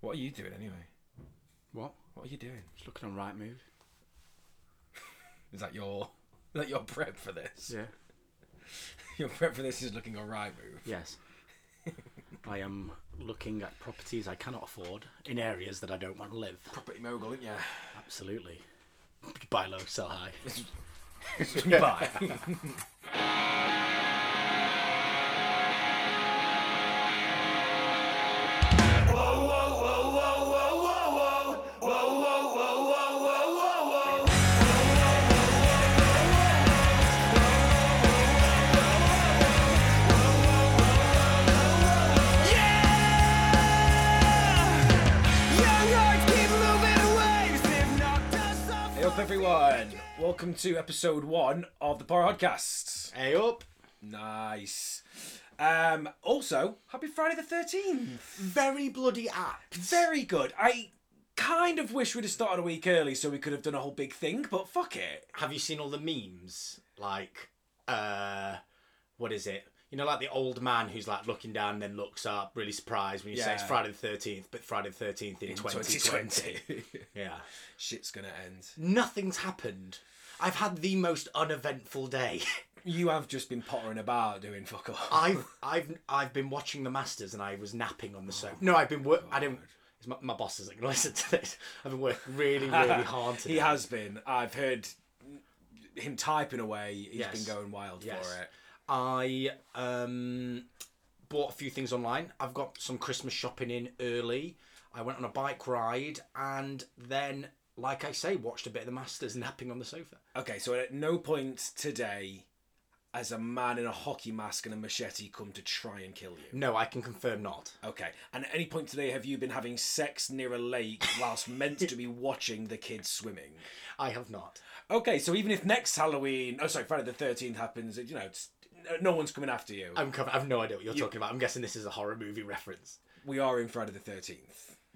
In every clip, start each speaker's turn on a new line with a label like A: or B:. A: What are you doing anyway?
B: What?
A: What are you doing?
B: Just looking on right move.
A: Is that your is that your prep for this?
B: Yeah.
A: Your prep for this is looking on right move.
B: Yes. I am looking at properties I cannot afford in areas that I don't want to live.
A: Property mogul, aren't you?
B: Absolutely. Buy low, sell high.
A: Bye. hey up, everyone. Welcome to episode one of the podcast.
B: Hey up!
A: Nice. Um, also, happy Friday the 13th.
B: Very bloody apt.
A: Very good. I kind of wish we'd have started a week early so we could have done a whole big thing, but fuck it.
B: Have you seen all the memes? Like, uh, what is it? You know, like the old man who's like looking down and then looks up, really surprised when you say it's
A: Yeah.
B: Friday the 13th, but Friday the 13th in, 2020.
A: 2020.
B: Yeah.
A: Shit's gonna end.
B: Nothing's happened. I've had the most uneventful day.
A: You have just been pottering about doing fuck all.
B: I've I've I've been watching the Masters and I was napping on the
A: Oh
B: sofa. No, I've been work. I didn't. it's My, my boss isn't going to listen to this. I've been working really really hard today.
A: He has been. I've heard him typing away. He's
B: Yes.
A: been going wild
B: Yes.
A: for it.
B: I um bought a few things online. I've got some Christmas shopping in early. I went on a bike ride and then, like I say, watched a bit of the Masters napping on the sofa.
A: Okay, so at no point today has a man in a hockey mask and a machete come to try and kill you.
B: No, I can confirm not.
A: Okay, and at any point today have you been having sex near a lake whilst meant to be watching the kids swimming?
B: I have not.
A: Okay, so even if next Halloween, oh sorry, Friday the 13th happens, you know, it's, no one's coming after you.
B: I'm cover- I've no idea what you're talking about. I'm guessing this is a horror movie reference.
A: We are in Friday the 13th.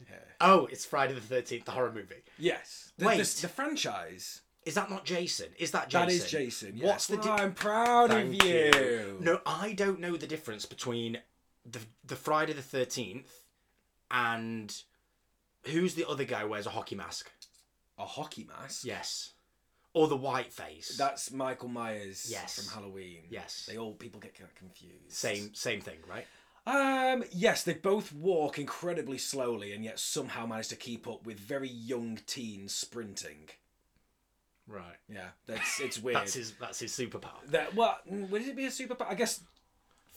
A: Yeah.
B: Oh, it's Friday the Thirteenth, the horror movie.
A: Yes. The,
B: Wait.
A: The, the franchise.
B: Is that not Jason? Is that Jason?
A: That is Jason. Yes.
B: What's the
A: Well,
B: di-
A: I'm proud
B: Thank
A: of you.
B: No, I don't know the difference between the the Friday the Thirteenth and who's the other guy who wears a hockey mask?
A: A hockey mask.
B: Yes, or the white face.
A: That's Michael Myers.
B: Yes.
A: From Halloween.
B: yes,
A: They all people get kind of confused.
B: same same thing, right?
A: Um. Yes, they both walk incredibly slowly and yet somehow manage to keep up with very young teens sprinting.
B: Right.
A: Yeah. That's it's weird.
B: That's his that's his superpower.
A: that well, mm, would it be a superpower? I guess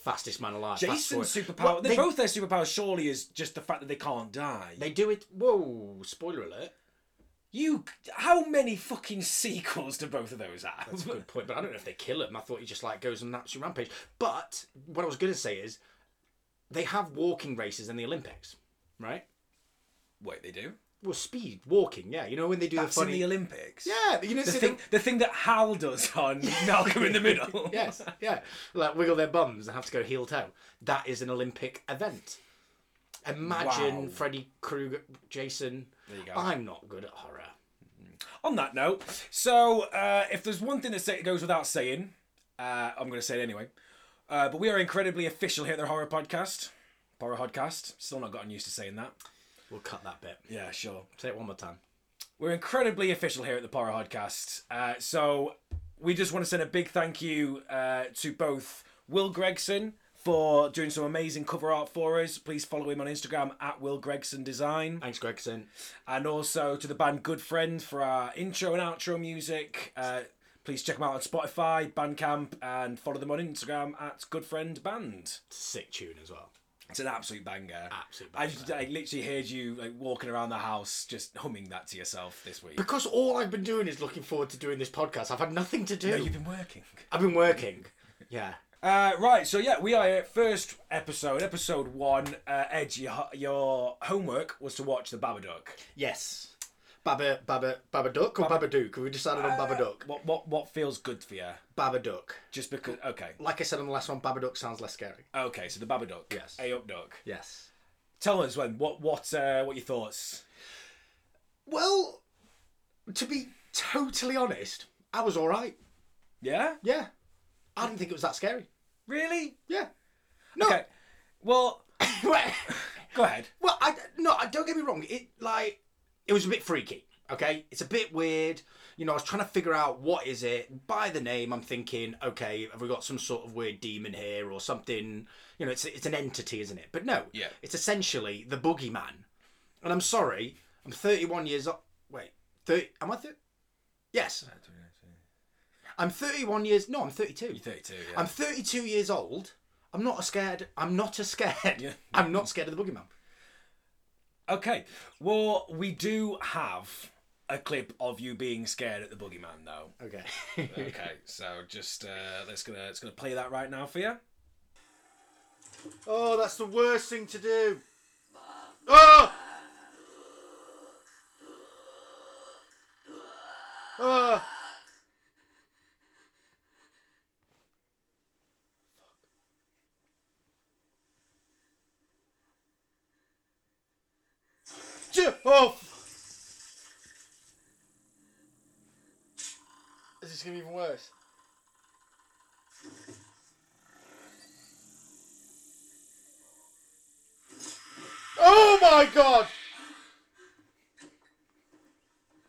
B: Fastest man alive. fast
A: Jason's
B: forward.
A: superpower.
B: Well,
A: they,
B: they
A: both their superpower surely is just the fact that they can't die.
B: they do it. Whoa! Spoiler alert.
A: you, how many fucking sequels do both of those have?
B: That's a good point, but I don't know if they kill him. I thought he just like goes on an absolute rampage. But what I was going to say is, they have walking races in the Olympics, right?
A: Wait, they do.
B: Well, speed walking, yeah. You know when they do
A: That's
B: the funny,
A: in the Olympics.
B: yeah. You know,
A: The
B: see
A: thing,
B: them-
A: the thing that Hal does on Malcolm in the Middle.
B: yes, yeah, like wiggle their bums and have to go heel toe. That is an Olympic event. Imagine
A: Wow.
B: Freddy Krueger, Jason.
A: There you go.
B: I'm not good at horror.
A: On that note, so uh, if there's one thing that say, goes without saying, uh, I'm going to say it anyway. Uh, but we are incredibly official here at the Horror Podcast. Horror Podcast. Still not gotten used to saying that.
B: We'll cut that bit.
A: Yeah, sure.
B: Say it one more time.
A: We're incredibly official here at the Horror Podcast. Uh, so we just want to send a big thank you uh, to both Will Gregson for doing some amazing cover art for us. Please follow him on Instagram at Will Gregson Design.
B: Thanks, Gregson.
A: and also to the band Good Friend for our intro and outro music. Uh, please check them out on Spotify, Bandcamp, and follow them on Instagram at Good Friend Band.
B: It's a sick tune as well.
A: It's an absolute banger.
B: Absolute
A: I,
B: banger.
A: I literally heard you like walking around the house just humming that to yourself this week.
B: Because all I've been doing is looking forward to doing this podcast. I've had nothing to do.
A: No, you've been working.
B: I've been working. Yeah.
A: Uh, right, so yeah, we are here. First episode, episode one. Uh, Ed, your, your homework was to watch The Babadook.
B: Yes. Baba Baba Babadook or Babadook? Have we decided
A: Uh,
B: on Babadook?
A: What what what feels good for you?
B: Babadook.
A: Just because? Okay,
B: Like I said on the last one, Babadook sounds less scary.
A: okay. So The Babadook.
B: Yes.
A: A up duck.
B: Yes.
A: Tell us when what what uh, what your thoughts?
B: Well, to be totally honest, I was all right.
A: Yeah,
B: Yeah. I didn't think it was that scary.
A: really?
B: Yeah. No.
A: Okay. Well,
B: Wait.
A: go ahead.
B: Well, I I no, I- don't get me wrong. It like it was a bit freaky. Okay, it's a bit weird. You know, I was trying to figure out what is it by the name. I'm thinking, okay, have we got some sort of weird demon here or something? You know, it's it's an entity, isn't it? But no,
C: Yeah.
B: it's essentially the boogeyman. And I'm sorry, I'm 31 years old. Wait, 30? Am I 30? Yes, I'm 31 years. No, I'm 32.
A: You're 32, yeah.
B: I'm 32 years old. I'm not a scared. I'm not a scared.
A: Yeah.
B: I'm not scared of the boogeyman.
A: Okay. Well, we do have a clip of you being scared at the boogeyman, though.
B: Okay.
A: Okay. So just uh, let's gonna it's gonna play that right now for you.
B: Oh, that's the worst thing to do. Oh! Oh! Ju- Oh! Is this gonna be even worse? Oh my god!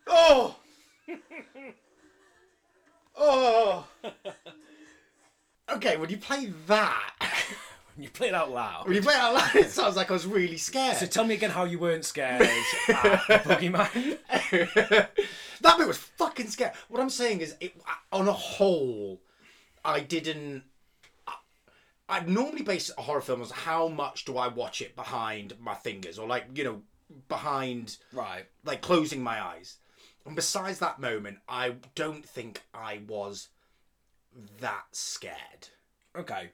B: Oh! oh! Okay, when you play that,
A: You play it out loud.
B: when you play that loud, it sounds like I was really scared.
A: So tell me again how you weren't scared at the boogeyman.
B: that bit was fucking scary. What I'm saying is, it, on a whole, I didn't. I, I normally base a horror film on how much do I watch it behind my fingers, or like you know, behind
A: Right.
B: like closing my eyes. And besides that moment, I don't think I was that scared.
A: Okay.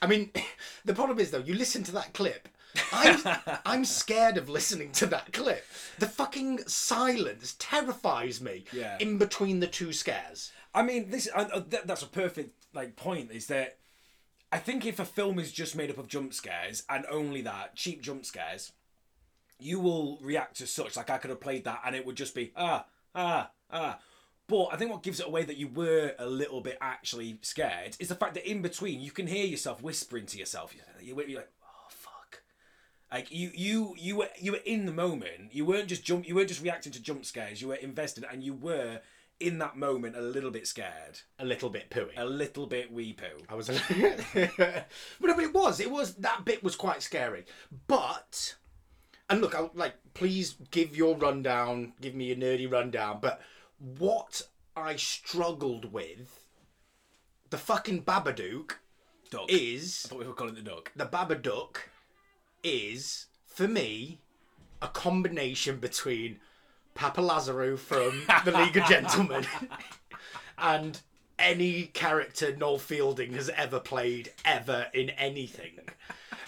B: I mean, the problem is though, you listen to that clip. I'm, I'm scared of listening to that clip. The fucking silence terrifies me
A: Yeah.
B: in between the two scares.
A: I mean, this uh, uh, th- that's a perfect like point. Is that I think if a film is just made up of jump scares and only that cheap jump scares, you will react to such. Like I could have played that and it would just be ah ah ah. But I think what gives it away that you were a little bit actually scared is the fact that in between you can hear yourself whispering to yourself. You- You're like, oh fuck. Like you, you, you were, you were in the moment. You weren't just jump. You weren't just reacting to jump scares. You were invested, and you were in that moment a little bit scared,
B: A little bit pooey.
A: a little bit wee poo.
B: I was, a but no, but it was, it was that bit was quite scary. But, and look, I like please give your rundown, give me your nerdy rundown. But what I struggled with, the fucking Babadook
A: Duck.
B: is
A: But we were calling it the duck.
B: the Babadook is for me a combination between Papa Lazaro from The League of Gentlemen and any character Noel Fielding has ever played ever in anything.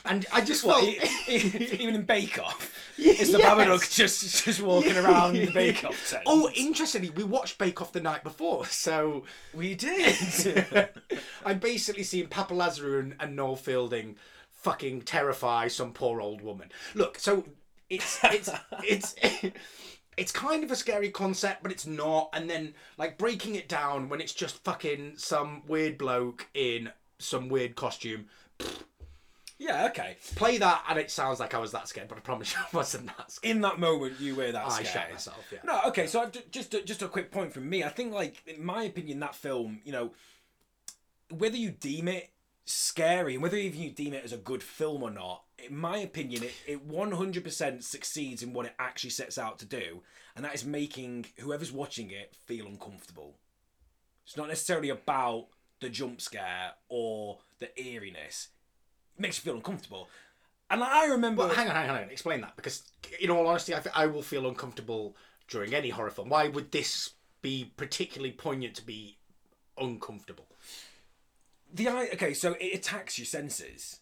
B: And I just felt
A: E- e- Even in Bake Off, it's the
B: Yes.
A: Babadook just just walking around the Bake Off tent.
B: Oh, interestingly, we watched Bake Off the night before, so
A: we did.
B: I'm basically seeing Papa Lazaro and, and Noel Fielding fucking terrify some poor old woman. Look, so it's it's it's it's kind of a scary concept, but it's not. And then like breaking it down when it's just fucking some weird bloke in some weird costume.
A: yeah. Okay.
B: Play that, and it sounds like I was that scared, but I promise you I wasn't that scared.
A: In that moment, you were that
B: I
A: scared.
B: shot myself. Yeah.
A: No, okay. So I've ju- just a, just a quick point from me. I think, like in my opinion, that film, you know, whether you deem it scary and whether even you deem it as a good film or not, in my opinion, it it one hundred percent succeeds in what it actually sets out to do, and that is making whoever's watching it feel uncomfortable. It's not necessarily about the jump scare or the eeriness. It makes you feel uncomfortable. And I remember.
B: Well, hang on, hang on, hang on. Explain that because, in all honesty, I, f- I will feel uncomfortable during any horror film. Why would this be particularly poignant to be uncomfortable?
A: the eye okay so it attacks your senses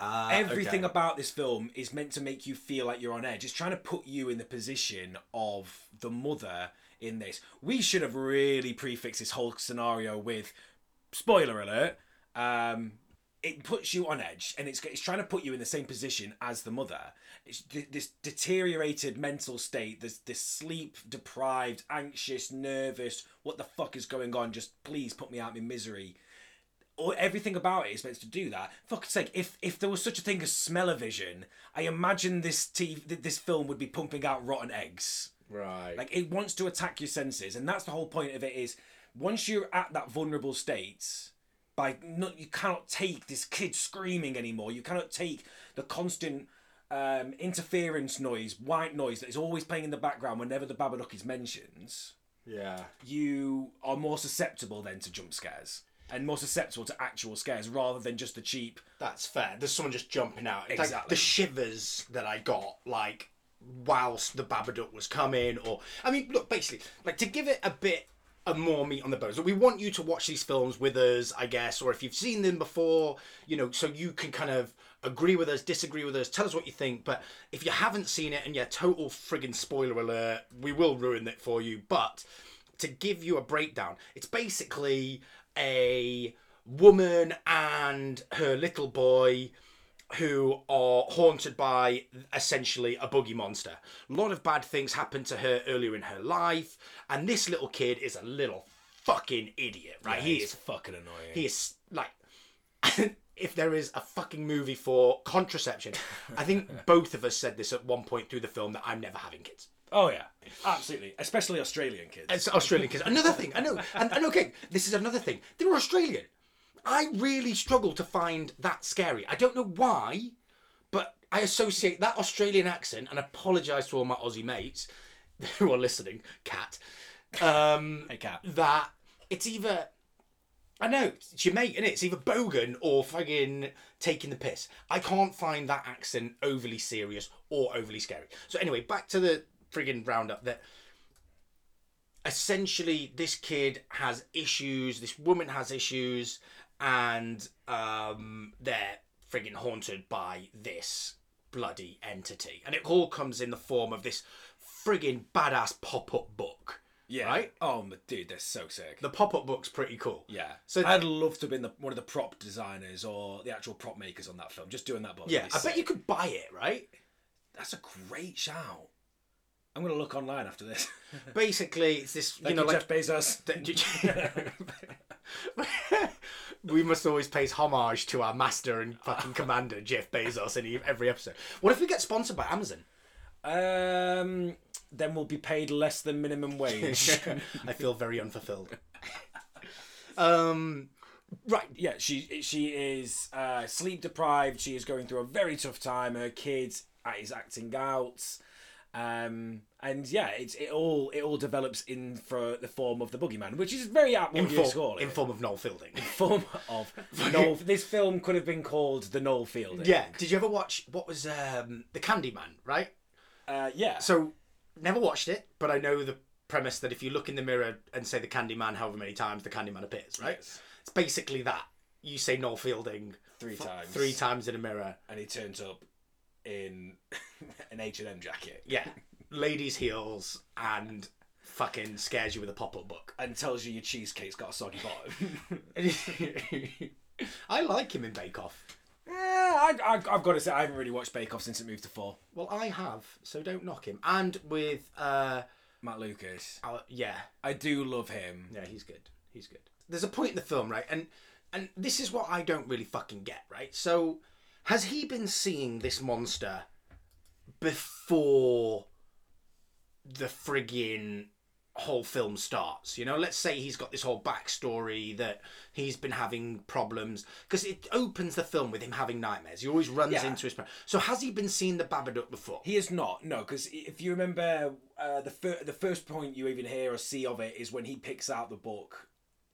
B: Uh,
A: Ah, everything about this film is meant to make you feel like you're on edge it's trying to put you in the position of the mother in this we should have really prefixed this whole scenario with spoiler alert um it puts you on edge and it's, it's trying to put you in the same position as the mother it's th- this deteriorated mental state this this sleep deprived anxious nervous what the fuck is going on just please put me out of my misery all, everything about it is meant to do that. Fuck's sake! If if there was such a thing as smell-o-vision, I imagine this TV, th- this film would be pumping out rotten eggs.
B: Right.
A: Like it wants to attack your senses, and that's the whole point of it. Is once you're at that vulnerable state, by no, you cannot take this kid screaming anymore. You cannot take the constant um, interference noise, white noise that is always playing in the background whenever the Babadook is mentioned.
B: yeah.
A: You are more susceptible then to jump scares and more susceptible to actual scares rather than just the cheap.
B: That's fair. There's someone just jumping out. It's Like
A: Exactly.
B: the shivers that I got, like whilst the Babadook was coming, or I mean, look, basically, like to give it a bit of more meat on the bones. We want you to watch these films with us, I guess, or if you've seen them before, you know, so you can kind of agree with us, disagree with us, tell us what you think. But if you haven't seen it, and yeah, total friggin' spoiler alert, we will ruin it for you. But to give you a breakdown, it's basically a woman and her little boy who are haunted by essentially a boogie monster. A lot of bad things happened to her earlier in her life, and this little kid is a little fucking idiot, right? he is
A: fucking annoying.
B: he is like if there is a fucking movie for contraception, I think both of us said this at one point through the film that I'm never having kids.
A: oh yeah, absolutely, especially Australian kids.
B: It's Australian kids. Another thing, I know. And, and okay, this is another thing. They were Australian. I really struggle to find that scary. I don't know why, but I associate that Australian accent and apologise to all my Aussie mates who are listening, Cat, um,
A: Hey cat.
B: that it's either. I know, it's your mate, and It's either bogan or fucking taking the piss. I can't find that accent overly serious or overly scary. So, anyway, back to the friggin' roundup that essentially this kid has issues this woman has issues and um they're friggin haunted by this bloody entity and it all comes in the form of this friggin badass pop-up book
A: Yeah.
B: right?
A: Oh, my dude, they're so sick.
B: the pop-up book's pretty cool
A: yeah.
B: So-
A: So I'd love to have been the, one of the prop designers or the actual prop makers on that film. Just doing that book.
B: yeah i bet you could buy it right
A: That's a great shout. I'm gonna look online after this.
B: basically it's this you
A: Thank
B: know
A: you, Jeff
B: like
A: Bezos.
B: we must always pay homage to our master and fucking commander Jeff Bezos in e-, every episode. What if we get sponsored by Amazon?
A: um, then we'll be paid less than minimum wage.
B: I feel very unfulfilled. um, right.
A: yeah, she she is uh, sleep deprived. She is going through a very tough time. Her kid is acting out, um, and yeah, it's it all it all develops in for the form of the boogeyman, which is very apt what
B: In
A: you're
B: form,
A: calling
B: in
A: it.
B: form of Noel Fielding.
A: form of Noel. This film could have been called the Noel Fielding.
B: Yeah. Did you ever watch what was um, the Candyman? Right.
A: uh, yeah.
B: So never watched it, but I know the premise that if you look in the mirror and say the Candyman however many times, the Candyman appears. Right.
A: Yes.
B: It's basically that. You say Noel Fielding
A: Three
B: f-
A: times.
B: Three times in a mirror.
A: and he turns up in an H and M jacket
B: Yeah. Ladies' heels and fucking scares you with a pop-up book.
A: and tells you your cheesecake's got a soggy bottom.
B: I like him in Bake Off.
A: Eh, I, I, I've got to say, I haven't really watched Bake Off since it moved to four.
B: Well, I have, so don't knock him. And with, uh,
A: Matt Lucas,
B: our, yeah,
A: I do love him.
B: yeah, he's good. He's good. Mm. There's a point in the film, right? And and this is what I don't really fucking get, right? So, has he been seeing this monster before the friggin' whole film starts. You know, let's say he's got this whole backstory that he's been having problems because it opens the film with him having nightmares. He always runs
A: Yeah.
B: into his. So has he been seeing the Babadook before?
A: He is not no, because if you remember, uh, the fir- the first point you even hear or see of it is when he picks out the book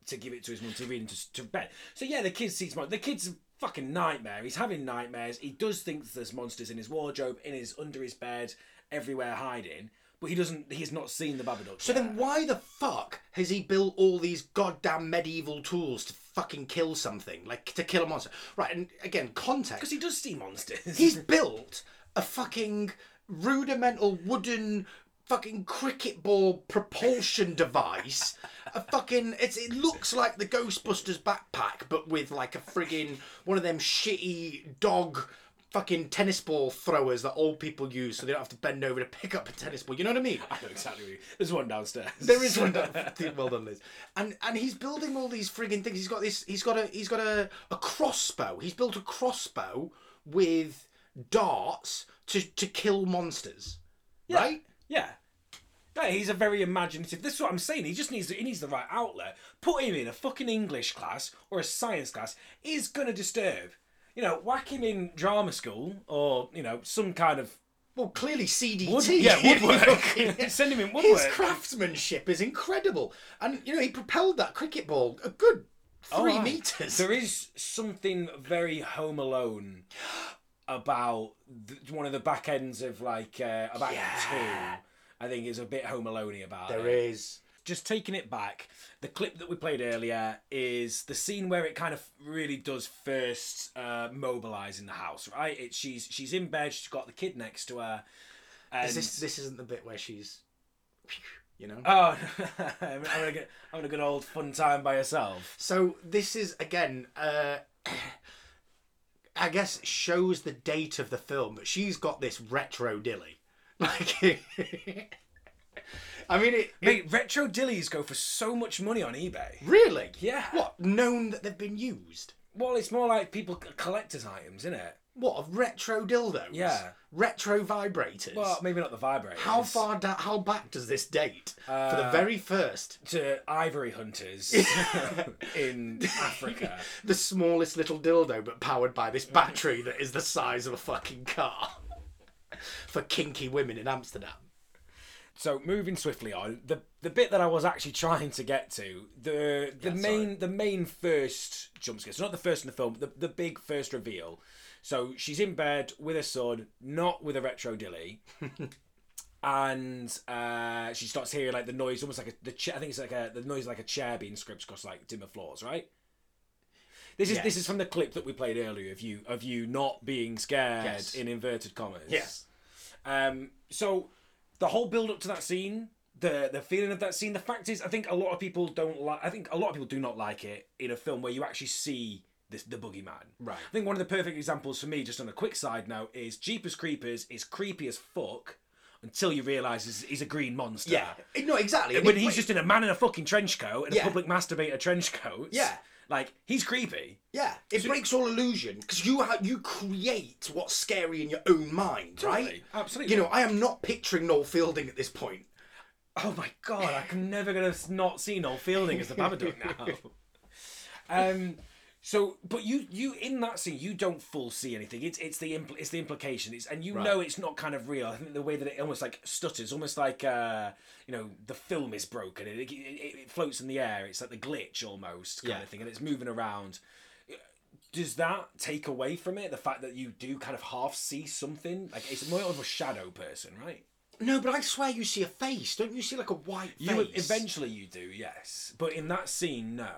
A: to give it to his mum to read and to, to bed. So yeah, the kid sees mon- the kid's a fucking nightmare. He's having nightmares. He does think there's monsters in his wardrobe, in his under his bed, everywhere hiding. But he doesn't. He's not seen the Babadook.
B: So then why the fuck has he built all these goddamn medieval tools to fucking kill something? Like to kill a monster. Right, and again,
A: because
B: context.
A: he does see monsters.
B: He's built a fucking rudimental wooden fucking cricket ball propulsion device. A fucking it's it looks like the Ghostbusters backpack, but with like a friggin' one of them shitty dog fucking tennis ball throwers that old people use so they don't have to bend over to pick up a tennis ball. You know what I mean?
A: I know exactly. What you, there's one downstairs.
B: There is one. That, well done, Liz. And and he's building all these frigging things. He's got this. He's got a. He's got a a crossbow. He's built a crossbow with darts to to kill monsters. Right.
A: Yeah. Yeah, he's a very imaginative. This is what I'm saying. He just needs the, he needs the right outlet. Put him in a fucking English class or a science class. He's gonna disturb. You know, whack him in drama school or you know some kind of
B: Well, clearly CDT.
A: wood, yeah woodwork. Send him in woodwork.
B: His craftsmanship is incredible, and you know he propelled that cricket ball a good three
A: Alright.
B: meters.
A: Oh, There is something very Home Alone about th- one of the back ends of like uh, about
B: Yeah.
A: two. I think is a bit Home Alone about
B: There
A: it.
B: is.
A: Just taking it back, the clip that we played earlier is the scene where it kind of really does first uh, mobilize in the house, right? It, she's she's in bed, she's got the kid next to her. And
B: Is this this isn't the bit where she's, you know.
A: oh, I'm having a good, having a good old fun time by herself.
B: So this is again, uh, I guess, shows the date of the film, but she's got this retro dilly. Like, I mean, it, it-
A: Mate, retro dillies go for so much money on eBay.
B: really.
A: Yeah.
B: What known that they've been used?
A: Well, it's more like people collectors' items, isn't it?
B: What of retro dildos?
A: Yeah.
B: Retro vibrators.
A: Well, maybe not the vibrator.
B: how far da- how back does this date? For
A: Uh,
B: the very first,
A: to ivory hunters in Africa?
B: the smallest little dildo, but powered by this battery that is the size of a fucking car. For kinky women in Amsterdam.
A: So moving swiftly on, the the bit that I was actually trying to get to the the main the main first jump scare. So not the first in the film, the the big first reveal. So she's in bed with her son, not with a retro dilly. And uh, she starts hearing like the noise, almost like a the cha- I think it's like a the noise of, like a chair being scraped across like dimmer floors, right? This is this
B: Yes.
A: is from the clip that we played earlier of you of you not being scared
B: Yes.
A: in inverted commas. Um, so the whole build up to that scene, the the feeling of that scene. The fact is, I think a lot of people don't like. I think a lot of people do not like it in a film where you actually see this the boogeyman.
B: Right.
A: I think one of the perfect examples for me, just on a quick side note, is Jeepers Creepers is creepy as fuck until you realise he's, he's a green monster.
B: Yeah. No, exactly.
A: When he's just in a man in a fucking trench coat and
B: Yeah.
A: a public masturbator trench coat.
B: Yeah.
A: Like he's creepy.
B: yeah, it breaks all illusion because you ha- you create what's scary in your own mind, right?
A: Totally. Absolutely.
B: You know, I am not picturing Noel Fielding at this point.
A: Oh my god, I'm never gonna s- not see Noel Fielding as the Babadook now. um, so, but you you in that scene you don't full see anything. It's it's the impl- it's the implication. It's and you know it's not kind of real. I think the way that it almost like stutters, almost like uh, you know the film is broken. It, it, it it floats in the air. It's like the glitch almost kind
B: Yeah.
A: of thing, and it's moving around. Does that take away from it the fact that you do kind of half see something? Like it's more of a shadow person, right?
B: No, but I swear you see a face. Don't you see like a white face?
A: You e- eventually you do, yes. But in that scene, no.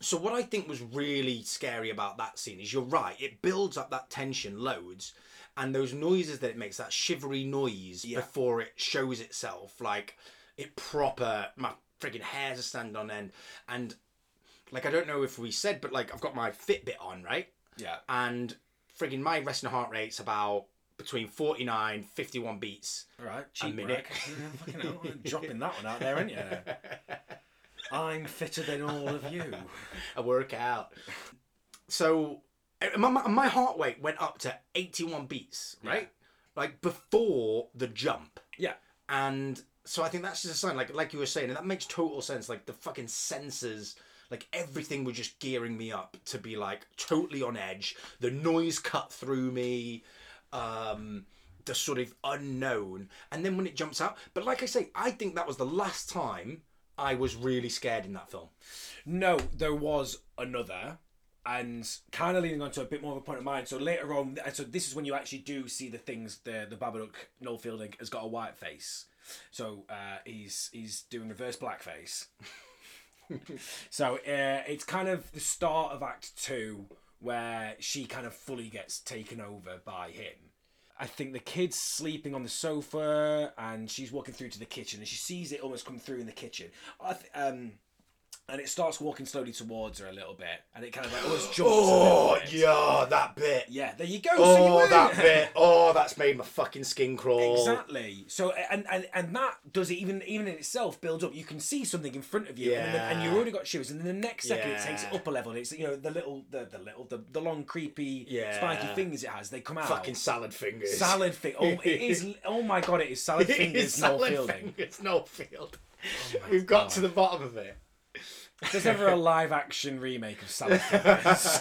B: So what I think was really scary about that scene is you're right. It builds up that tension loads, and those noises that it makes, that shivery noise before it shows itself, like it proper. My friggin' hairs are standing on end, and like I don't know if we said, but like I've got my Fitbit on, right?
A: Yeah.
B: And friggin' my resting heart rate's about between 49 51 beats
A: All right. Cheap
B: minute.
A: wreck. Yeah, Fucking hell, I'm dropping that one out there, aren't you? I'm fitter than all of you.
B: I work out. So uh, my, my my heart rate went up to 81 beats, right? Like before the jump.
A: Yeah.
B: And so I think that's just a sign, like like you were saying, and that makes total sense. Like the fucking sensors, like everything was just gearing me up to be like totally on edge. The noise cut through me, um, the sort of unknown. And then when it jumps out, but like I say, I think that was the last time I was really scared in that film.
A: No, there was another, and kind of leaning on to a bit more of a point of mine. So later on, and so this is when you actually do see the things the the Babadook Noel Fielding has got a white face. So uh, he's he's doing reverse blackface. so uh, it's kind of the start of Act Two where she kind of fully gets taken over by him. I think the kid's sleeping on the sofa and she's walking through to the kitchen and she sees it almost come through in the kitchen. I th- um, and it starts walking slowly towards her a little bit, and it kind of like always jumps. a little
B: Oh
A: bit.
B: yeah, that bit.
A: yeah, there you go. so you
B: Oh,
A: win.
B: that bit. Oh, that's made my fucking skin crawl.
A: Exactly. So and, and and that does it even even in itself build up. You can see something in front of you, and, then, and
B: Yeah.
A: you've already got shoes, and then the next second it takes it
B: Yeah.
A: up a level. It's you know the little the, the little the, the long creepy
B: Yeah.
A: spiky fingers it has. They come out.
B: Fucking salad fingers.
A: salad thing. Oh, it is. Oh my god, it is salad
B: It
A: fingers.
B: is
A: no
B: salad
A: fielding. Oh
B: fingers. No field. We've got to the bottom of it.
A: There's never a live action remake of Salad Fingers.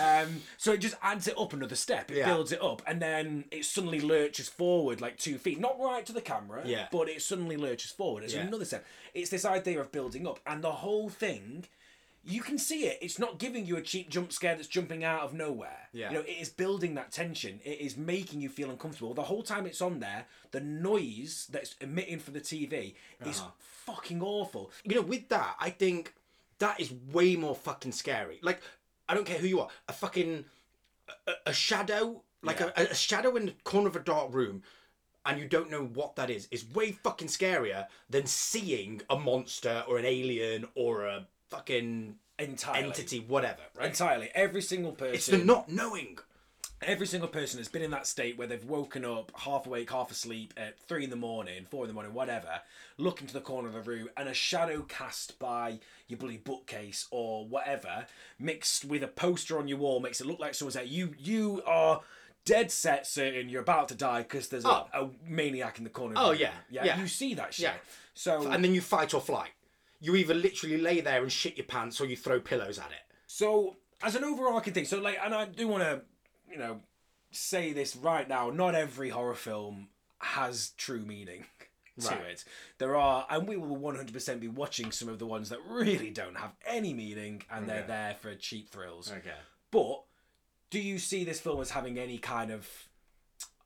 A: um, so it just adds it up another step. It
B: Yeah.
A: builds it up, and then it suddenly lurches forward like two feet, not right to the camera,
B: Yeah.
A: but it suddenly lurches forward. It's
B: Yeah.
A: another step. It's this idea of building up, and the whole thing. You can see it. It's not giving you a cheap jump scare that's jumping out of nowhere.
B: Yeah.
A: You know, it is building that tension. It is making you feel uncomfortable. The whole time it's on there, the noise that's emitting from the TV is
B: Uh-huh.
A: fucking awful.
B: you know, with that, I think that is way more fucking scary. Like, I don't care who you are, a fucking a, a shadow, like a, a shadow in the corner of a dark room, and you don't know what that is, is way fucking scarier than seeing a monster or an alien or a fucking
A: Entirely.
B: entity, whatever. Right?
A: Entirely. Every single person.
B: It's the not knowing.
A: every single person has been in that state where they've woken up half awake, half asleep at three in the morning, four in the morning, whatever, look into the corner of the room and a shadow cast by your bloody bookcase or whatever, mixed with a poster on your wall, makes it look like someone's out. You you are dead set certain you're about to die because there's a,
B: Oh.
A: a maniac in the corner. Of
B: Oh,
A: the room.
B: yeah, yeah.
A: You see that shit.
B: Yeah.
A: So
B: And then you fight or flight. You either literally lay there and shit your pants or you throw pillows at it.
A: So, as an overarching thing, so like, and I do want to, you know, say this right now. Not every horror film has true meaning to
B: Right.
A: it. There are, and we will one hundred percent be watching some of the ones that really don't have any meaning, and they're
B: Okay.
A: there for cheap thrills. But do you see this film as having any kind of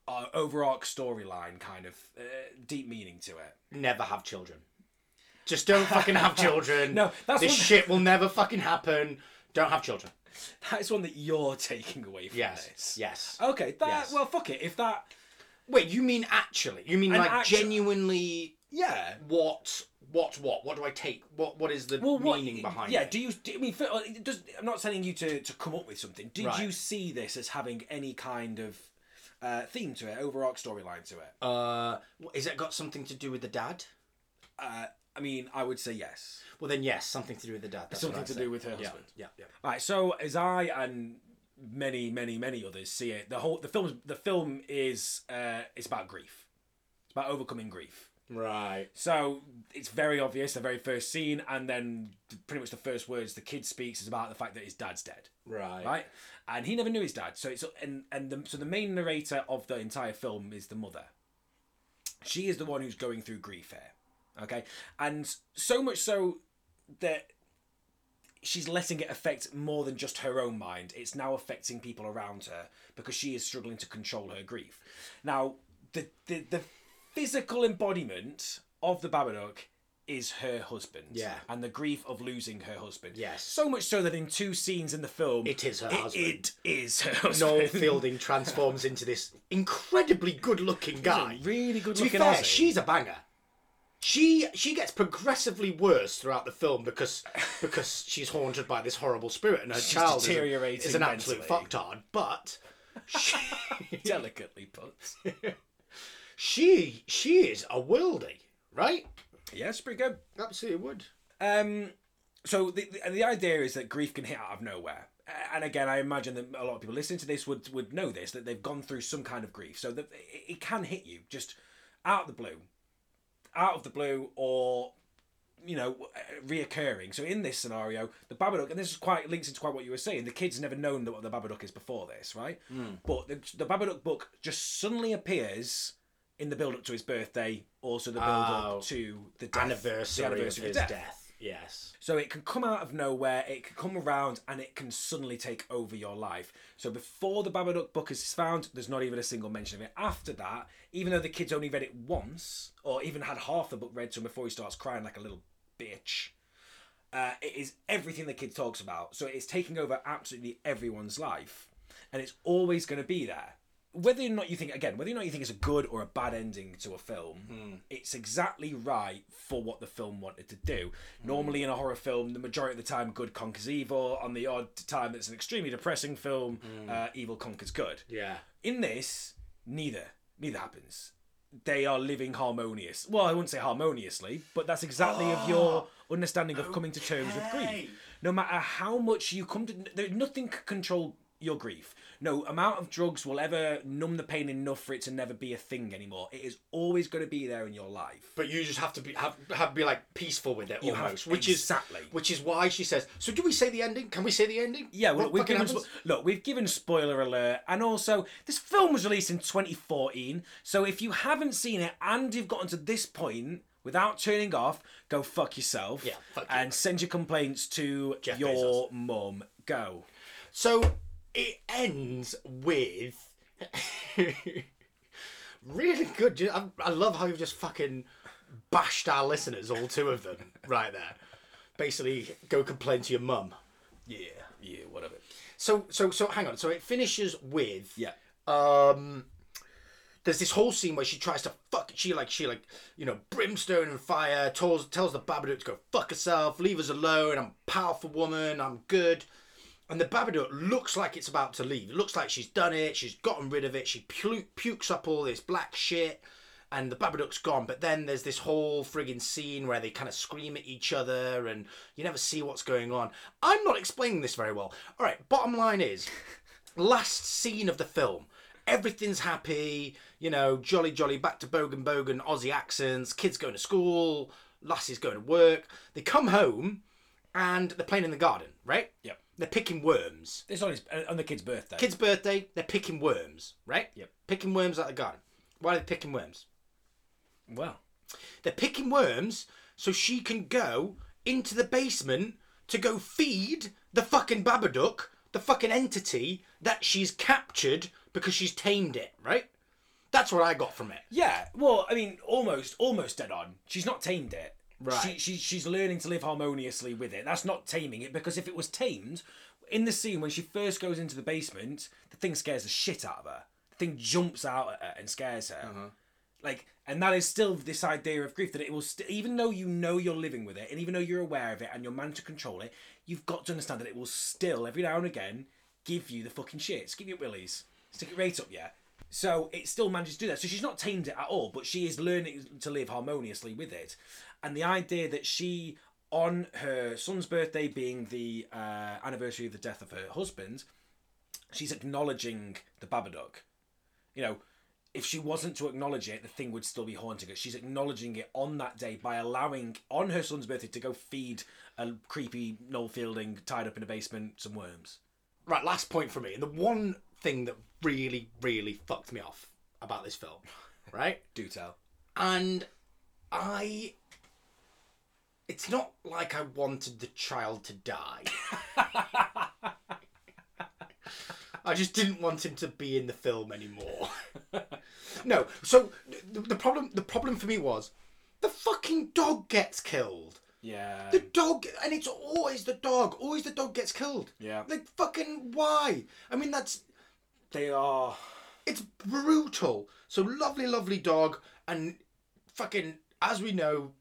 A: uh, overarch storyline, kind of uh, deep meaning to it?
B: never have children. Just don't fucking have children.
A: No, that's
B: this
A: one-
B: shit will never fucking happen. Don't have children.
A: That is one that you're taking away from
B: Yes.
A: this.
B: Yes.
A: Okay. That.
B: Yes.
A: Well, fuck it. If that.
B: Oh, Wait, you mean actually? You mean
A: An
B: like
A: actu-
B: genuinely?
A: Yeah.
B: What? What? What? What do I take? What? What is the
A: Well, what-
B: meaning behind
A: yeah,
B: it?
A: do you? Do, I mean, fir- uh, it does, I'm not telling you to, to come up with something. Did
B: Right.
A: you see this as having any kind of uh, theme to it, overarch storyline to it?
B: uh, what- is it got something to do with the dad?
A: Uh, I mean, I would say yes.
B: Well, then yes, something to do with the dad. That's what
A: Something
B: I'd
A: to
B: say.
A: do with her
B: Yeah.
A: husband.
B: Yeah. Yeah.
A: Right. So as I and many, many, many others see it, the whole the film the film is uh, it's about grief. It's about overcoming grief.
B: Right.
A: So it's very obvious the very first scene, and then pretty much the first words the kid speaks is about the fact that his dad's dead.
B: Right.
A: right? And he never knew his dad. So it's and and the, so the main narrator of the entire film is the mother. She is the one who's going through grief here, okay? And so much so that she's letting it affect more than just her own mind. It's now affecting people around her because she is struggling to control her grief. Now the the, the physical embodiment of the Babadook is her husband
B: Yeah.
A: and the grief of losing her husband
B: Yes.
A: so much so that in two scenes in the film,
B: It is her
A: it-
B: husband.
A: It is her husband.
B: Noel Fielding transforms into this incredibly good-looking guy.
A: really good
B: To be
A: looking.
B: fair,
A: Aussie.
B: she's a banger. She she gets progressively worse throughout the film because because she's haunted by this horrible spirit and her child is a-
A: deteriorating
B: is an absolute
A: mentally.
B: fucktard. But she,
A: delicately put.
B: she she is a worldie, right?
A: yes, pretty good.
B: Absolutely would.
A: Um, so the, the the idea is that grief can hit out of nowhere. A- And again, I imagine that a lot of people listening to this would would know this that they've gone through some kind of grief, so that it- it can hit you just out of the blue, out of the blue, or you know, uh, reoccurring. So in this scenario, the Babadook, and this is quite links into quite what you were saying. The kids never known that what the Babadook is before this, right?
B: Hmm.
A: But the, the Babadook book just suddenly appears in the build up to his birthday, also the build up
B: Oh.
A: to the death,
B: Anniversary,
A: the
B: of his death. Yes.
A: so it can come out of nowhere, it can come around, and it can suddenly take over your life. So before the Babadook book is found, there's not even a single mention of it. After that, even though the kid's only read it once, or even had half the book read to him before he starts crying like a little bitch, uh, it is everything the kid talks about. So it's taking over absolutely everyone's life, and it's always going to be there. whether or not you think again, whether or not you think it's a good or a bad ending to a film, it's exactly right for what the film wanted to do. Normally in a horror film, the majority of the time, good conquers evil. On the odd time, it's an extremely depressing film. Uh, evil conquers good.
B: Yeah.
A: In this, neither neither happens. They are living harmonious. Well, I wouldn't say harmoniously, but that's exactly of your understanding of coming to terms with grief.
B: okay.
A: No matter how much you come to, there, nothing can control your grief. No amount of drugs will ever numb the pain enough for it to never be a thing anymore. It is always going to be there in your life.
B: But you just have to be have, have be like peaceful with it
A: have-
B: almost, which is
A: exactly.
B: which is why she says. So do we say the ending? Can we say the ending?
A: Yeah, well,
B: What
A: we've
B: fucking
A: given
B: happens?
A: spo- look, we've given spoiler alert, and also this film was released in 2014. So if you haven't seen it and you've gotten to this point without turning off, go fuck yourself.
B: Yeah, fuck you.
A: and send your complaints to
B: Jeff
A: your mum. Go.
B: So it ends with really good. ju- I, I love how you've just fucking bashed our listeners, all two of them, right there. Basically, go complain to your mum.
A: Yeah. Yeah. Whatever.
B: So so so hang on. So it finishes with
A: Yeah.
B: um there's this whole scene where she tries to fuck she like she like you know brimstone and fire tells tells the Babadook to go fuck herself leave us alone I'm a powerful woman I'm good and the Babadook looks like it's about to leave it looks like she's done it she's gotten rid of it she pu- pukes up all this black shit and the Babadook's gone but then there's this whole friggin scene where they kind of scream at each other and you never see what's going on I'm not explaining this very well all right bottom line is last scene of the film. Everything's happy, you know, jolly, jolly, back to Bogan Bogan, Aussie accents, kids going to school, lassie's going to work. They come home and they're playing in the garden, right?
A: Yep.
B: They're picking worms.
A: It's on his uh, on the kid's birthday.
B: Kid's birthday, they're picking worms, right?
A: Yep.
B: Picking worms out of the garden. Why are they picking worms?
A: Well.
B: They're picking worms so she can go into the basement to go feed the fucking Babadook, the fucking entity that she's captured because she's tamed it, right? That's what I got from it.
A: Yeah, well, I mean, almost, almost dead on. She's not tamed it. She,
B: Right.
A: she, she's learning to live harmoniously with it. That's not taming it because if it was tamed, in the scene when she first goes into the basement, the thing scares the shit out of her. The thing jumps out at her and scares her. Like, and that is still this idea of grief that it will, st- even though you know you're living with it, and even though you're aware of it and you're managed to control it, you've got to understand that it will still, every now and again, give you the fucking shits, give you willies, stick it right up, yeah. So it still manages to do that. So she's not tamed it at all, but she is learning to live harmoniously with it. And the idea that she, on her son's birthday being the uh, anniversary of the death of her husband, she's acknowledging the Babadook. You know, if she wasn't to acknowledge it, the thing would still be haunting her. She's acknowledging it on that day by allowing, on her son's birthday, to go feed a creepy Noel Fielding tied up in a basement some worms.
B: Right, last point for me. And the one thing that really, really fucked me off about this film, right?
A: Do tell.
B: And I. It's not like I wanted the child to die. I just didn't want him to be in the film anymore. no, so the, the problem the problem for me was the fucking dog gets killed.
A: Yeah.
B: The dog, and it's always the dog. Always the dog gets killed.
A: Yeah.
B: Like fucking why? I mean, that's
A: They are.
B: it's brutal. So lovely, lovely dog, and fucking as we know,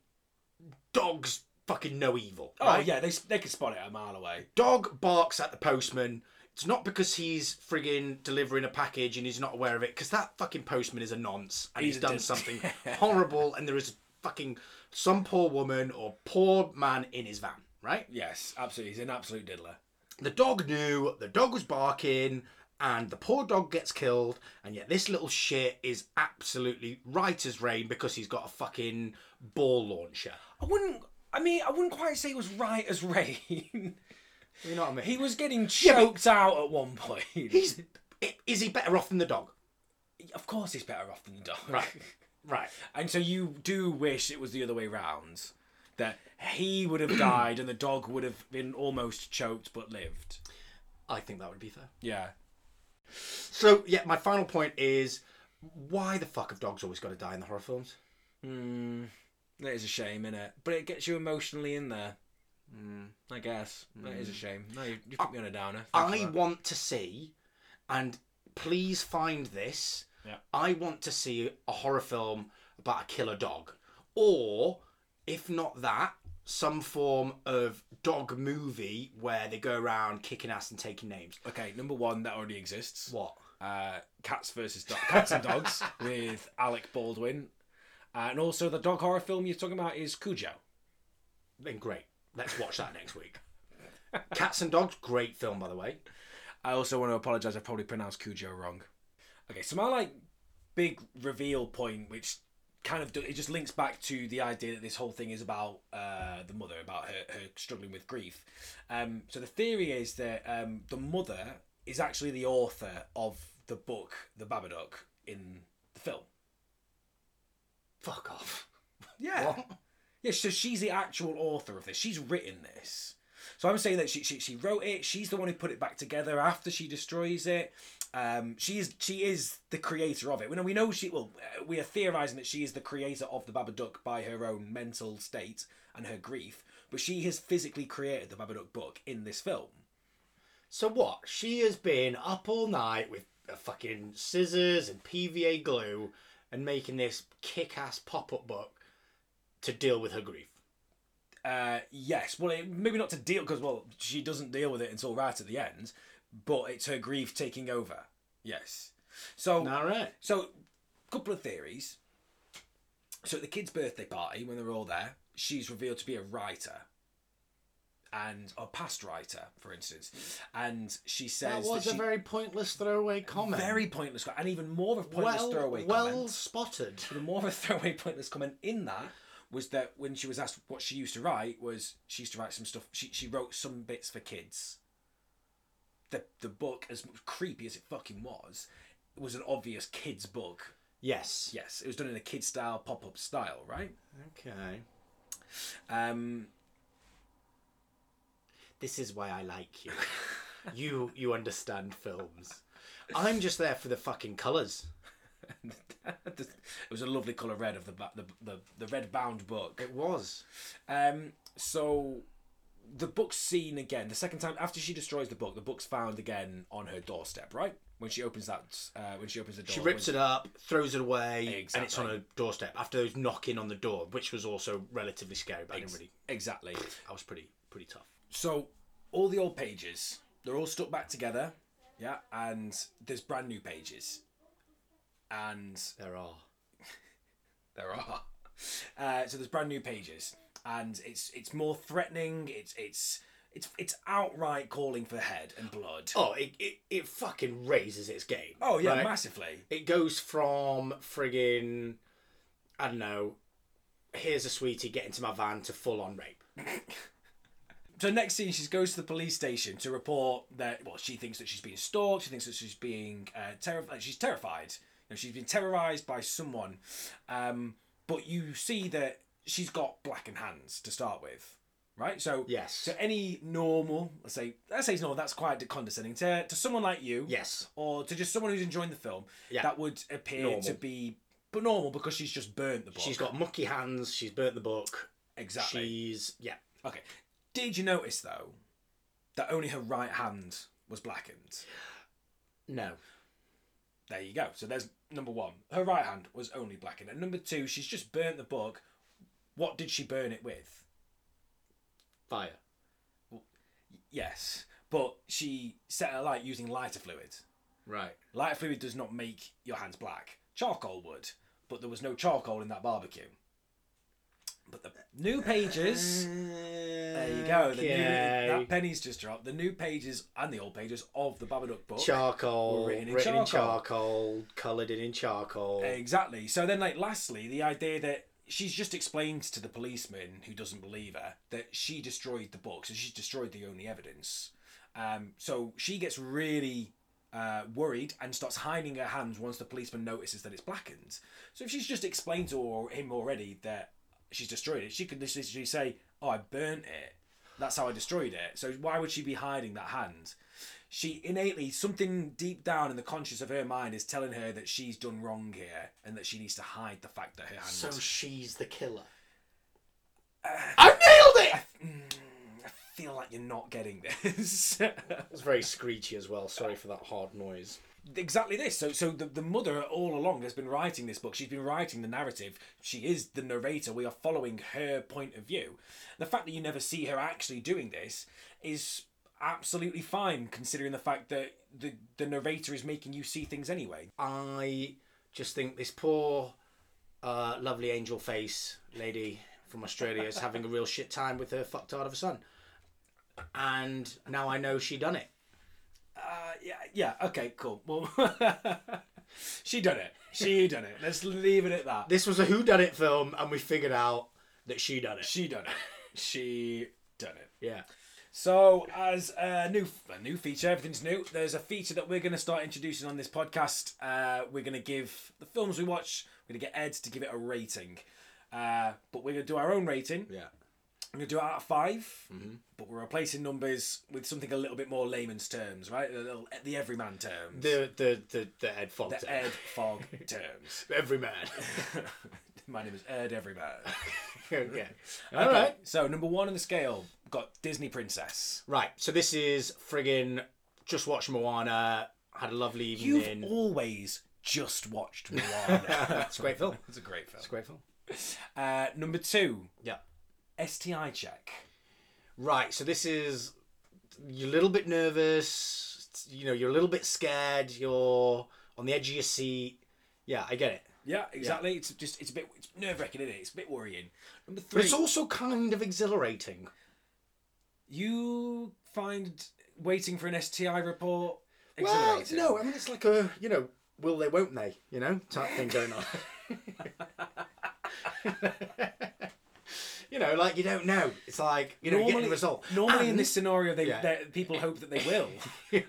B: dogs fucking know evil.
A: Oh
B: right?
A: yeah, they they could spot it a mile away.
B: Dog barks at the postman. It's not because he's friggin' delivering a package and he's not aware of it, because that fucking postman is a nonce and he's,
A: a
B: done
A: dis-
B: something horrible, and there is fucking some poor woman or poor man in his van, right?
A: Yes, absolutely. He's an absolute diddler.
B: the dog knew, the dog was barking, and the poor dog gets killed, and yet this little shit is absolutely right as rain because he's got a fucking ball launcher.
A: I wouldn't. I mean, I wouldn't quite say it was right as rain.
B: You know what I mean?
A: he was getting choked out at one point.
B: he's i- is he better off than the dog?
A: of course, he's better off than the dog.
B: Right. Right.
A: And so you do wish it was the other way round. That he would have died and the dog would have been almost choked but lived.
B: I think that would be fair.
A: Yeah.
B: So yeah, my final point is why the fuck have dogs always got to die in the horror films?
A: Hmm. That is a shame, innit? But it gets you emotionally in there.
B: Hmm.
A: I guess. That is a shame. No, you, you put me on a downer. Thank you
B: I
A: for that.
B: want to see, and please find this.
A: Yeah.
B: I want to see a horror film about a killer dog. Or, if not that, some form of dog movie where they go around kicking ass and taking names.
A: Okay, number one that already exists.
B: What?
A: Uh, cats versus do- cats and dogs with Alec Baldwin, uh, and also the dog horror film you're talking about is Cujo.
B: Then great. Let's watch that next week. Cats and Dogs, great film, by the way.
A: I also want to apologise. I probably pronounced Cujo wrong. Okay, so my like big reveal point, which kind of do, it just links back to the idea that this whole thing is about uh, the mother, about her, her struggling with grief. Um, so the theory is that um, the mother is actually the author of the book, The Babadook, in the film.
B: Fuck off.
A: Yeah. Yeah, so she's the actual author of this. She's written this. So I'm saying that she, she, she wrote it. She's the one who put it back together after she destroys it. Um, she is she is the creator of it. We know we know she well. uh, We are theorizing that she is the creator of the Babadook by her own mental state and her grief, but she has physically created the Babadook book in this film.
B: So what? She has been up all night with uh, fucking scissors and PVA glue and making this kick-ass pop-up book to deal with her grief.
A: Uh, yes, well, it, maybe not to deal because well, she doesn't deal with it until right at the end, but it's her grief taking over. Yes. So
B: All right.
A: So, couple of theories. So, at the kids' birthday party, when they're all there, she's revealed to be a writer. And a past writer, for instance, and she says
B: That was
A: that
B: a
A: she-
B: very pointless throwaway comment.
A: very pointless and even more of a pointless
B: well,
A: throwaway
B: well
A: comment.
B: spotted.
A: The more of a throwaway pointless comment in that was that when she was asked what she used to write, was she used to write some stuff. She she wrote some bits for kids. The the book, as creepy as it fucking was, was an obvious kids' book
B: Yes.
A: Yes, it was done in a kid style pop up style, right?
B: Okay.
A: Um,
B: This is why I like you. you you understand films. I'm just there for the fucking colours.
A: it was a lovely colour red of the ba- the, the the red bound book.
B: It was.
A: Um, so the book's seen again the second time after she destroys the book. The book's found again on her doorstep, right? When she opens that, uh, when she opens the door,
B: She rips it up, throws it away, and it's
A: Exactly.
B: on her doorstep after those knocking on the door, which was also relatively scary, but I didn't really.
A: exactly.
B: I was pretty pretty tough.
A: So all the old pages, they're all stuck back together, yeah, and there's brand new pages, and
B: There are.
A: There are. Uh, so there's brand new pages, and it's it's more threatening. It's it's it's it's outright calling for head and blood.
B: Oh, it, it, it fucking raises its game.
A: Oh yeah,
B: right?
A: massively.
B: it goes from friggin' I don't know. Here's a sweetie, get into my van to full on rape.
A: So next scene, she goes to the police station to report that well, she thinks that she's being stalked. She thinks that she's being uh, terrified. She's terrified. You know, she's been terrorized by someone. Um, but you see that she's got blackened hands to start with, right? So
B: Yes.
A: So any normal, let's say, let's say it's normal. That's quite condescending to to someone like you.
B: Yes.
A: or to just someone who's enjoying the film,
B: Yeah.
A: that would appear
B: Normal.
A: to be but normal because she's just burnt the book.
B: She's got mucky hands. She's burnt the book.
A: exactly.
B: She's yeah.
A: Okay. Did you notice though that only her right hand was blackened?
B: No.
A: There you go. So there's number one. Her right hand was only blackened, and number two, she's just burnt the book. What did she burn it with?
B: Fire.
A: Yes, but she set it alight using lighter fluid.
B: Right.
A: Lighter fluid does not make your hands black. Charcoal would, but there was no charcoal in that barbecue. But the new pages. There you go. The
B: Okay.
A: new, that penny's just dropped. The new pages and the old pages of the Babadook book.
B: charcoal.
A: Were
B: Written,
A: written in
B: in
A: charcoal.
B: charcoal. Coloured in in charcoal.
A: exactly. So then, like, lastly, the idea that she's just explained to the policeman who doesn't believe her that she destroyed the book, so she's destroyed the only evidence. Um, so she gets really uh, worried and starts hiding her hands once the policeman notices that it's blackened. So if she's just explained to or- him already that she's destroyed it, she could just literally say, "Oh, I burnt it." That's how I destroyed it. So why would she be hiding that hand? She innately something deep down in the conscious of her mind is telling her that she's done wrong here and that she needs to hide the fact that her hand.
B: So
A: was-
B: she's the killer. I nailed it.
A: Mm, I feel like you're not getting this.
B: It was very screechy as well. Sorry for that hard noise.
A: exactly this. So, so the, the mother all along has been writing this book. She's been writing the narrative. She is the narrator. We are following her point of view. The fact that you never see her actually doing this is absolutely fine, considering the fact that the the narrator is making you see things anyway.
B: I just think this poor, uh, lovely angel face lady from Australia is having a real shit time with her fucked out of a son, and now I know she done it.
A: Uh, yeah, yeah. Okay, cool. Well, she done it. She done it. Let's leave it at that.
B: This was a who done it film, and we figured out that she done it.
A: She done it. She done it.
B: Yeah.
A: So, as a new a new feature, everything's new. There's a feature that we're going to start introducing on this podcast. Uh, we're going to give the films we watch. We're going to get Ed to give it a rating, uh, but we're going to do our own rating.
B: Yeah. Mm-hmm.
A: We're going to do it out of 5 but we're replacing numbers with something a little bit more layman's terms, right? The little the everyman terms, the,
B: The the the, the Ed Fox.
A: Ed Fog terms.
B: Every man.
A: My name is Ed Everyman.
B: okay. All right.
A: So number one on the scale got Disney Princess.
B: Right. So this is friggin' just watched Moana. Had a lovely
A: You've
B: evening.
A: always just watched Moana.
B: It's a great film.
A: It's a great film.
B: It's a great film.
A: Uh, number two,
B: Yeah.
A: STI check.
B: Right. So this is you're a little bit nervous. You know, you're a little bit scared. You're on the edge of your seat. Yeah, I get it.
A: Yeah, exactly. It's just it's a bit it's nerve wracking, isn't it? It's a bit worrying. Number
B: But
A: three,
B: it's also kind of exhilarating.
A: you find waiting for an STI report.
B: Well,
A: exhilarating?
B: no, I mean it's like a you know will they won't they you know type thing going on. you know, like you don't know. It's like you know, you get the result.
A: Normally in
B: And-
A: this scenario, they
B: Yeah.
A: they- people hope that they will.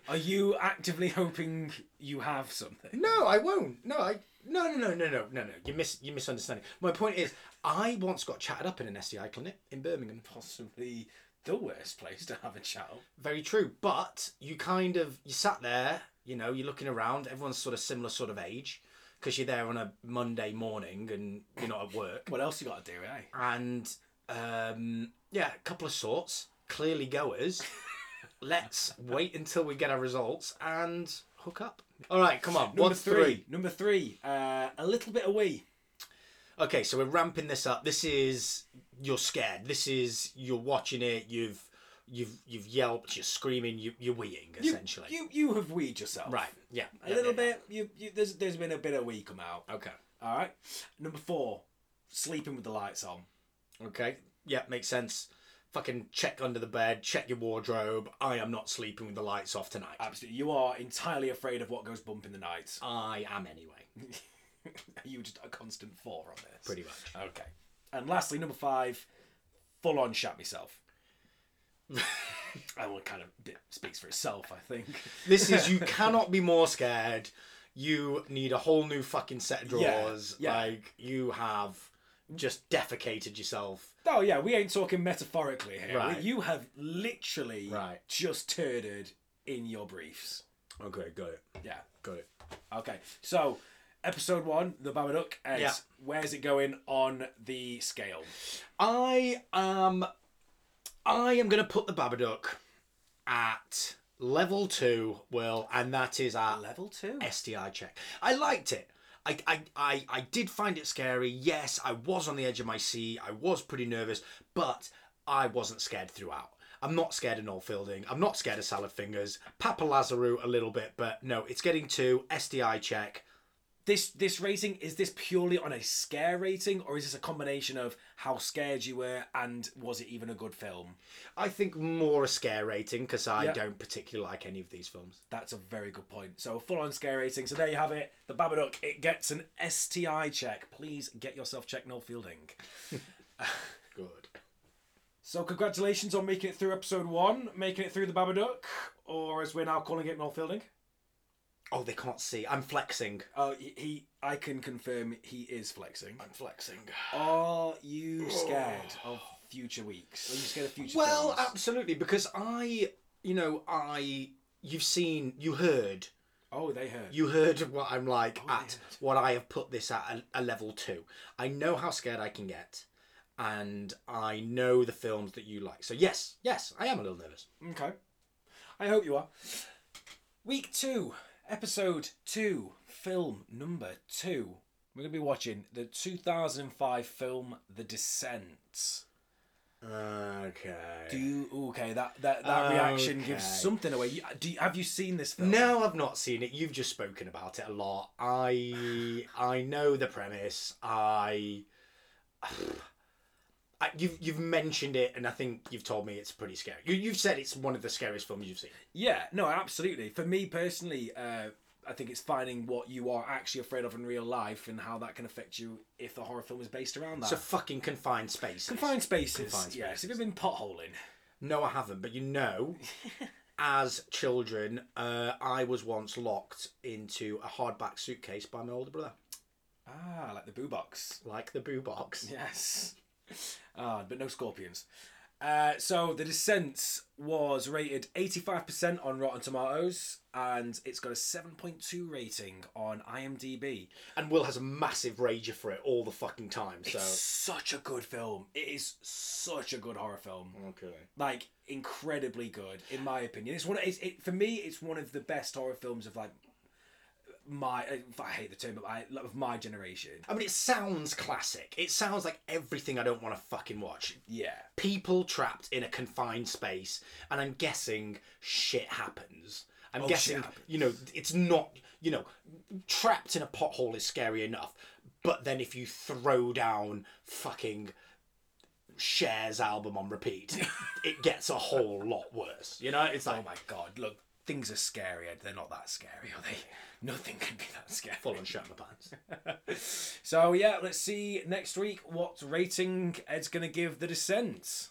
A: Are you actively hoping you have something?
B: No, I won't. No, I no no no no no no no. You miss you misunderstanding. My point is, I once got chatted up in an STI clinic in Birmingham.
A: Possibly the worst place to have a chat.
B: Very true. But you kind of you sat there. You know, you're looking around. Everyone's sort of similar sort of age because you're there on a Monday morning and you're not at work.
A: What else you got to do, eh?
B: and um, yeah, a couple of sorts. Clearly goers. Let's wait until we get our results and hook up. All right, come on.
A: Number
B: What's three?
A: Number three. Uh, a little bit away.
B: Okay, so we're ramping this up. This is you're scared. This is you're watching it. You've you've you've yelped. You're screaming. You, you're weeing essentially.
A: You you have weed yourself.
B: right. Yeah.
A: A little bit. You, you there's there's been a bit of wee come out.
B: Okay.
A: All right. Number four, sleeping with the lights on.
B: Okay. Yeah, makes sense. Fucking check under the bed. Check your wardrobe. I am not sleeping with the lights off tonight.
A: Absolutely, you are entirely afraid of what goes bump in the night.
B: I am anyway.
A: Are you just a constant four on this?
B: Pretty much.
A: Okay. And lastly, number five, full on shat myself. I will kind of it speaks for itself, I think.
B: This is you cannot be more scared. You need a whole new fucking set of
A: Yeah,
B: drawers.
A: yeah.
B: Like you have just defecated yourself.
A: Oh yeah, we ain't talking metaphorically here.
B: Right.
A: You have literally
B: Right.
A: just turded in your briefs.
B: Okay, got it.
A: Yeah.
B: Got it.
A: Okay. So, episode one, the Babadook. Ed,
B: Yeah.
A: Where's it going on the scale?
B: I am I am gonna put the Babadook at level two, Will, and that is at
A: Level two.
B: STI check. I liked it. I, I, I, I did find it scary. Yes, I was on the edge of my seat. I was pretty nervous, but I wasn't scared throughout. I'm not scared of Noel Fielding. I'm not scared of Salad Fingers. Papa Lazaru a little bit, but no, it's getting to STI check.
A: This this rating is this purely on a scare rating, or is this a combination of how scared you were and was it even a good film?
B: I think more a scare rating because I
A: Yeah.
B: don't particularly like any of these films.
A: That's a very good point. So full on scare rating. So there you have it. The Babadook. It gets an STI check. Please get yourself checked, Noel Fielding.
B: Good.
A: So congratulations on making it through episode one, making it through the Babadook, or as we're now calling it, Noel Fielding.
B: Oh, they can't see. I'm flexing.
A: Oh, he, he I can confirm he is flexing.
B: I'm flexing.
A: Are you scared of future weeks? Are you scared of future
B: Well,
A: films?
B: absolutely, because I, you know, I, you've seen, you heard
A: oh, they heard.
B: You heard what I'm like at what I have put this at a, a level two. I know how scared I can get, and I know the films that you like. So yes, yes, I am a little nervous.
A: Okay. I hope you are. Week two, Episode 2, film number 2. We're going to be watching the 2005 film The Descent.
B: Okay.
A: Do you, okay, that, that, that reaction
B: Okay.
A: gives something away. You- Do you, have you seen this film?
B: No, I've not seen it. You've just spoken about it a lot. I I know the premise. I, I you've you've mentioned it, and I think you've told me it's pretty scary. You, you've said it's one of the scariest films you've seen.
A: Yeah, no, absolutely. For me personally, uh, I think it's finding what you are actually afraid of in real life and how that can affect you if the horror film is based around that.
B: It's a fucking confined space.
A: Ah. confined spaces.
B: Confined
A: Yes, if you've been potholing.
B: No, I haven't. But you know, as children, uh, I was once locked into a hardback suitcase by my older brother,
A: Ah, like the boo box.
B: like the boo box.
A: Yes. Ah, but no scorpions. Uh, so the Descent was rated 85% on Rotten Tomatoes, and it's got a 7.2 rating on IMDb.
B: And Will has a massive rager for it all the fucking time. So.
A: It's such a good film. It is such a good horror film.
B: Okay.
A: like incredibly good in my opinion. It's one of, it's, it for me. It's one of the best horror films of like my uh, I hate the term, but I, of my generation.
B: I mean, it sounds classic. It sounds like everything I don't want to fucking watch.
A: Yeah,
B: People trapped in a confined space, and I'm guessing shit happens. I'm
A: Oh, shit
B: guessing,
A: happens.
B: you know, it's not, you know, trapped in a pothole is scary enough, but then if you throw down fucking Cher's album on repeat, it gets a whole lot worse. You know, it's
A: Oh
B: like
A: my god! Look, things are scary. They're not that scary, are they? Nothing can be that scary.
B: full on shit in my pants.
A: So yeah, let's see next week what rating Ed's gonna give The Descent.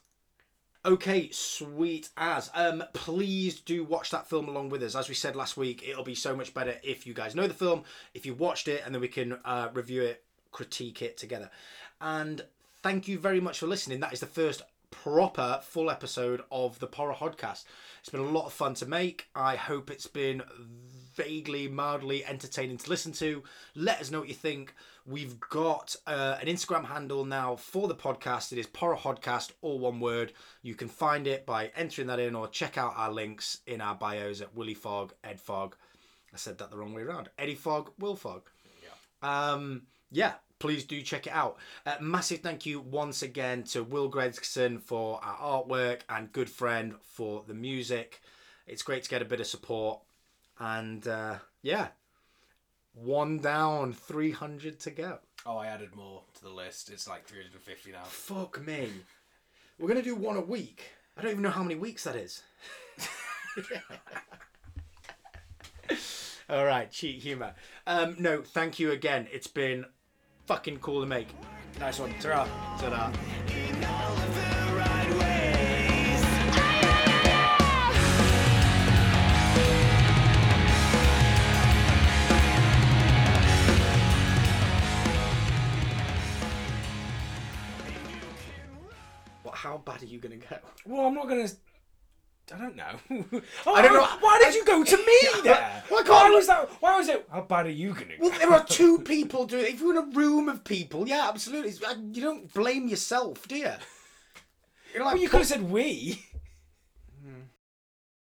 B: Okay, sweet as. Um, please do watch that film along with us. As we said last week, it'll be so much better if you guys know the film, if you watched it, and then we can uh, review it, critique it together. And thank you very much for listening. That is the first proper full episode of the Pora Podcast. It's been a lot of fun to make. I hope it's been vaguely, mildly entertaining to listen to. Let us know what you think. We've got uh, an Instagram handle now for the podcast. It is Pora Podcast, all one word. You can find it by entering that in or check out our links in our bios at Willie Fogg, Ed Fogg. I said that the wrong way around. Eddie Fogg, Will Fogg. Yeah. Um, yeah. Please do check it out. Uh, massive thank you once again to Will Gregson for our artwork and good friend for the music. It's great to get a bit of support. And uh, yeah, one down, 300 to go.
A: Oh, I added more to the list. It's like 350 now.
B: Fuck me. We're going to do one a week. I don't even know how many weeks that is. All right, cheat humour. Um, no, thank you again. It's been fucking cool to make.
A: Nice one. ta
B: Ta-da.
C: In all of the right ways.
B: What, how bad are you going to go?
A: Well, I'm not gonna. I don't know. oh,
B: I don't know.
A: Why did you go to me there?
B: Well, I can't-
A: why was that? Why was it? How bad are you gonna?
B: Well, there are two people doing it. If you're in a room of people, yeah, absolutely. It's- uh, You don't blame yourself, do you? You're like,
A: Well, you could have said we.